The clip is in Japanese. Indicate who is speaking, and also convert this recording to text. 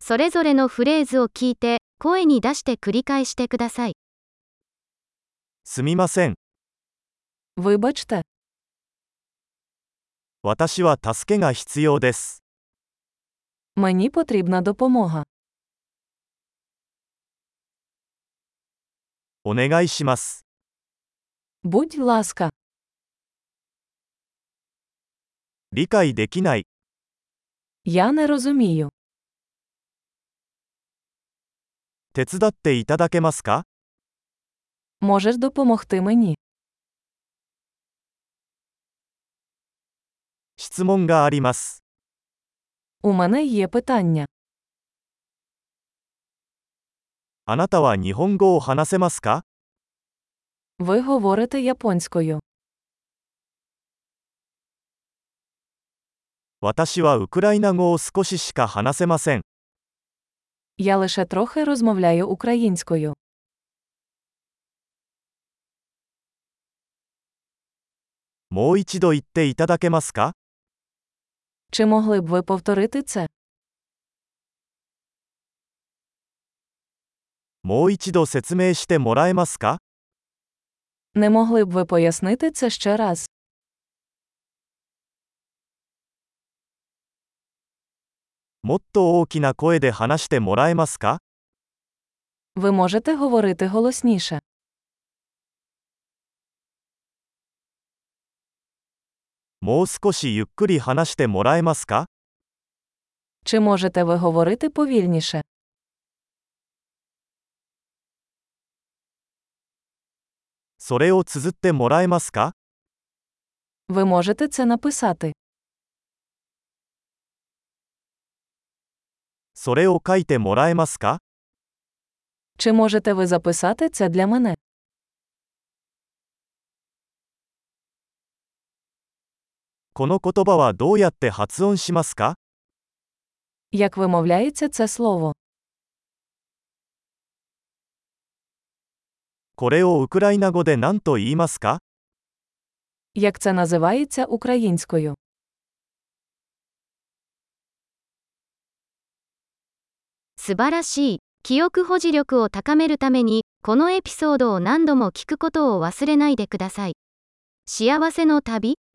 Speaker 1: それぞれのフレーズを聞いて、声に出して繰り返してください。
Speaker 2: すみません、
Speaker 3: Вибачте,
Speaker 2: 私は助けが必要です。
Speaker 3: мені потрібна допомога.
Speaker 2: お願いします。
Speaker 3: Будь ласка,
Speaker 2: 理解できない、
Speaker 3: я не розумію.
Speaker 2: 手伝っていただけますか
Speaker 3: Можеш допомогти мені?
Speaker 2: 質問があります。
Speaker 3: У мене є питання.
Speaker 2: あなたは日本語を話せますか
Speaker 3: Ви говорите японською.
Speaker 2: 私はウクライナ語を少ししか話せません。
Speaker 3: Я лише трохи розмовляю українською.
Speaker 2: もう一度言っていただけますか
Speaker 3: Чи могли б ви повторити це?
Speaker 2: もう一度説明してもらえますか
Speaker 3: Не могли б ви пояснити це ще раз?
Speaker 2: もっと大きな声で話してもらえますか
Speaker 3: Ви можете говорити голосніше.
Speaker 2: もう少しゆっくり話してもらえますか
Speaker 3: Чи можете ви говорити повільніше?
Speaker 2: それを綴ってもらえますか
Speaker 3: Ви можете це написати.
Speaker 2: それを書いてもらえますか
Speaker 3: Чи можете ви записати це для мене?
Speaker 2: この言葉はどうやって発音しますか
Speaker 3: Як вимовляється це слово?
Speaker 2: これをウクライナ語で何と言いますか
Speaker 3: Як це називається українською?
Speaker 1: 素晴らしい。記憶保持力を高めるために、このエピソードを何度も聞くことを忘れないでください。幸せの旅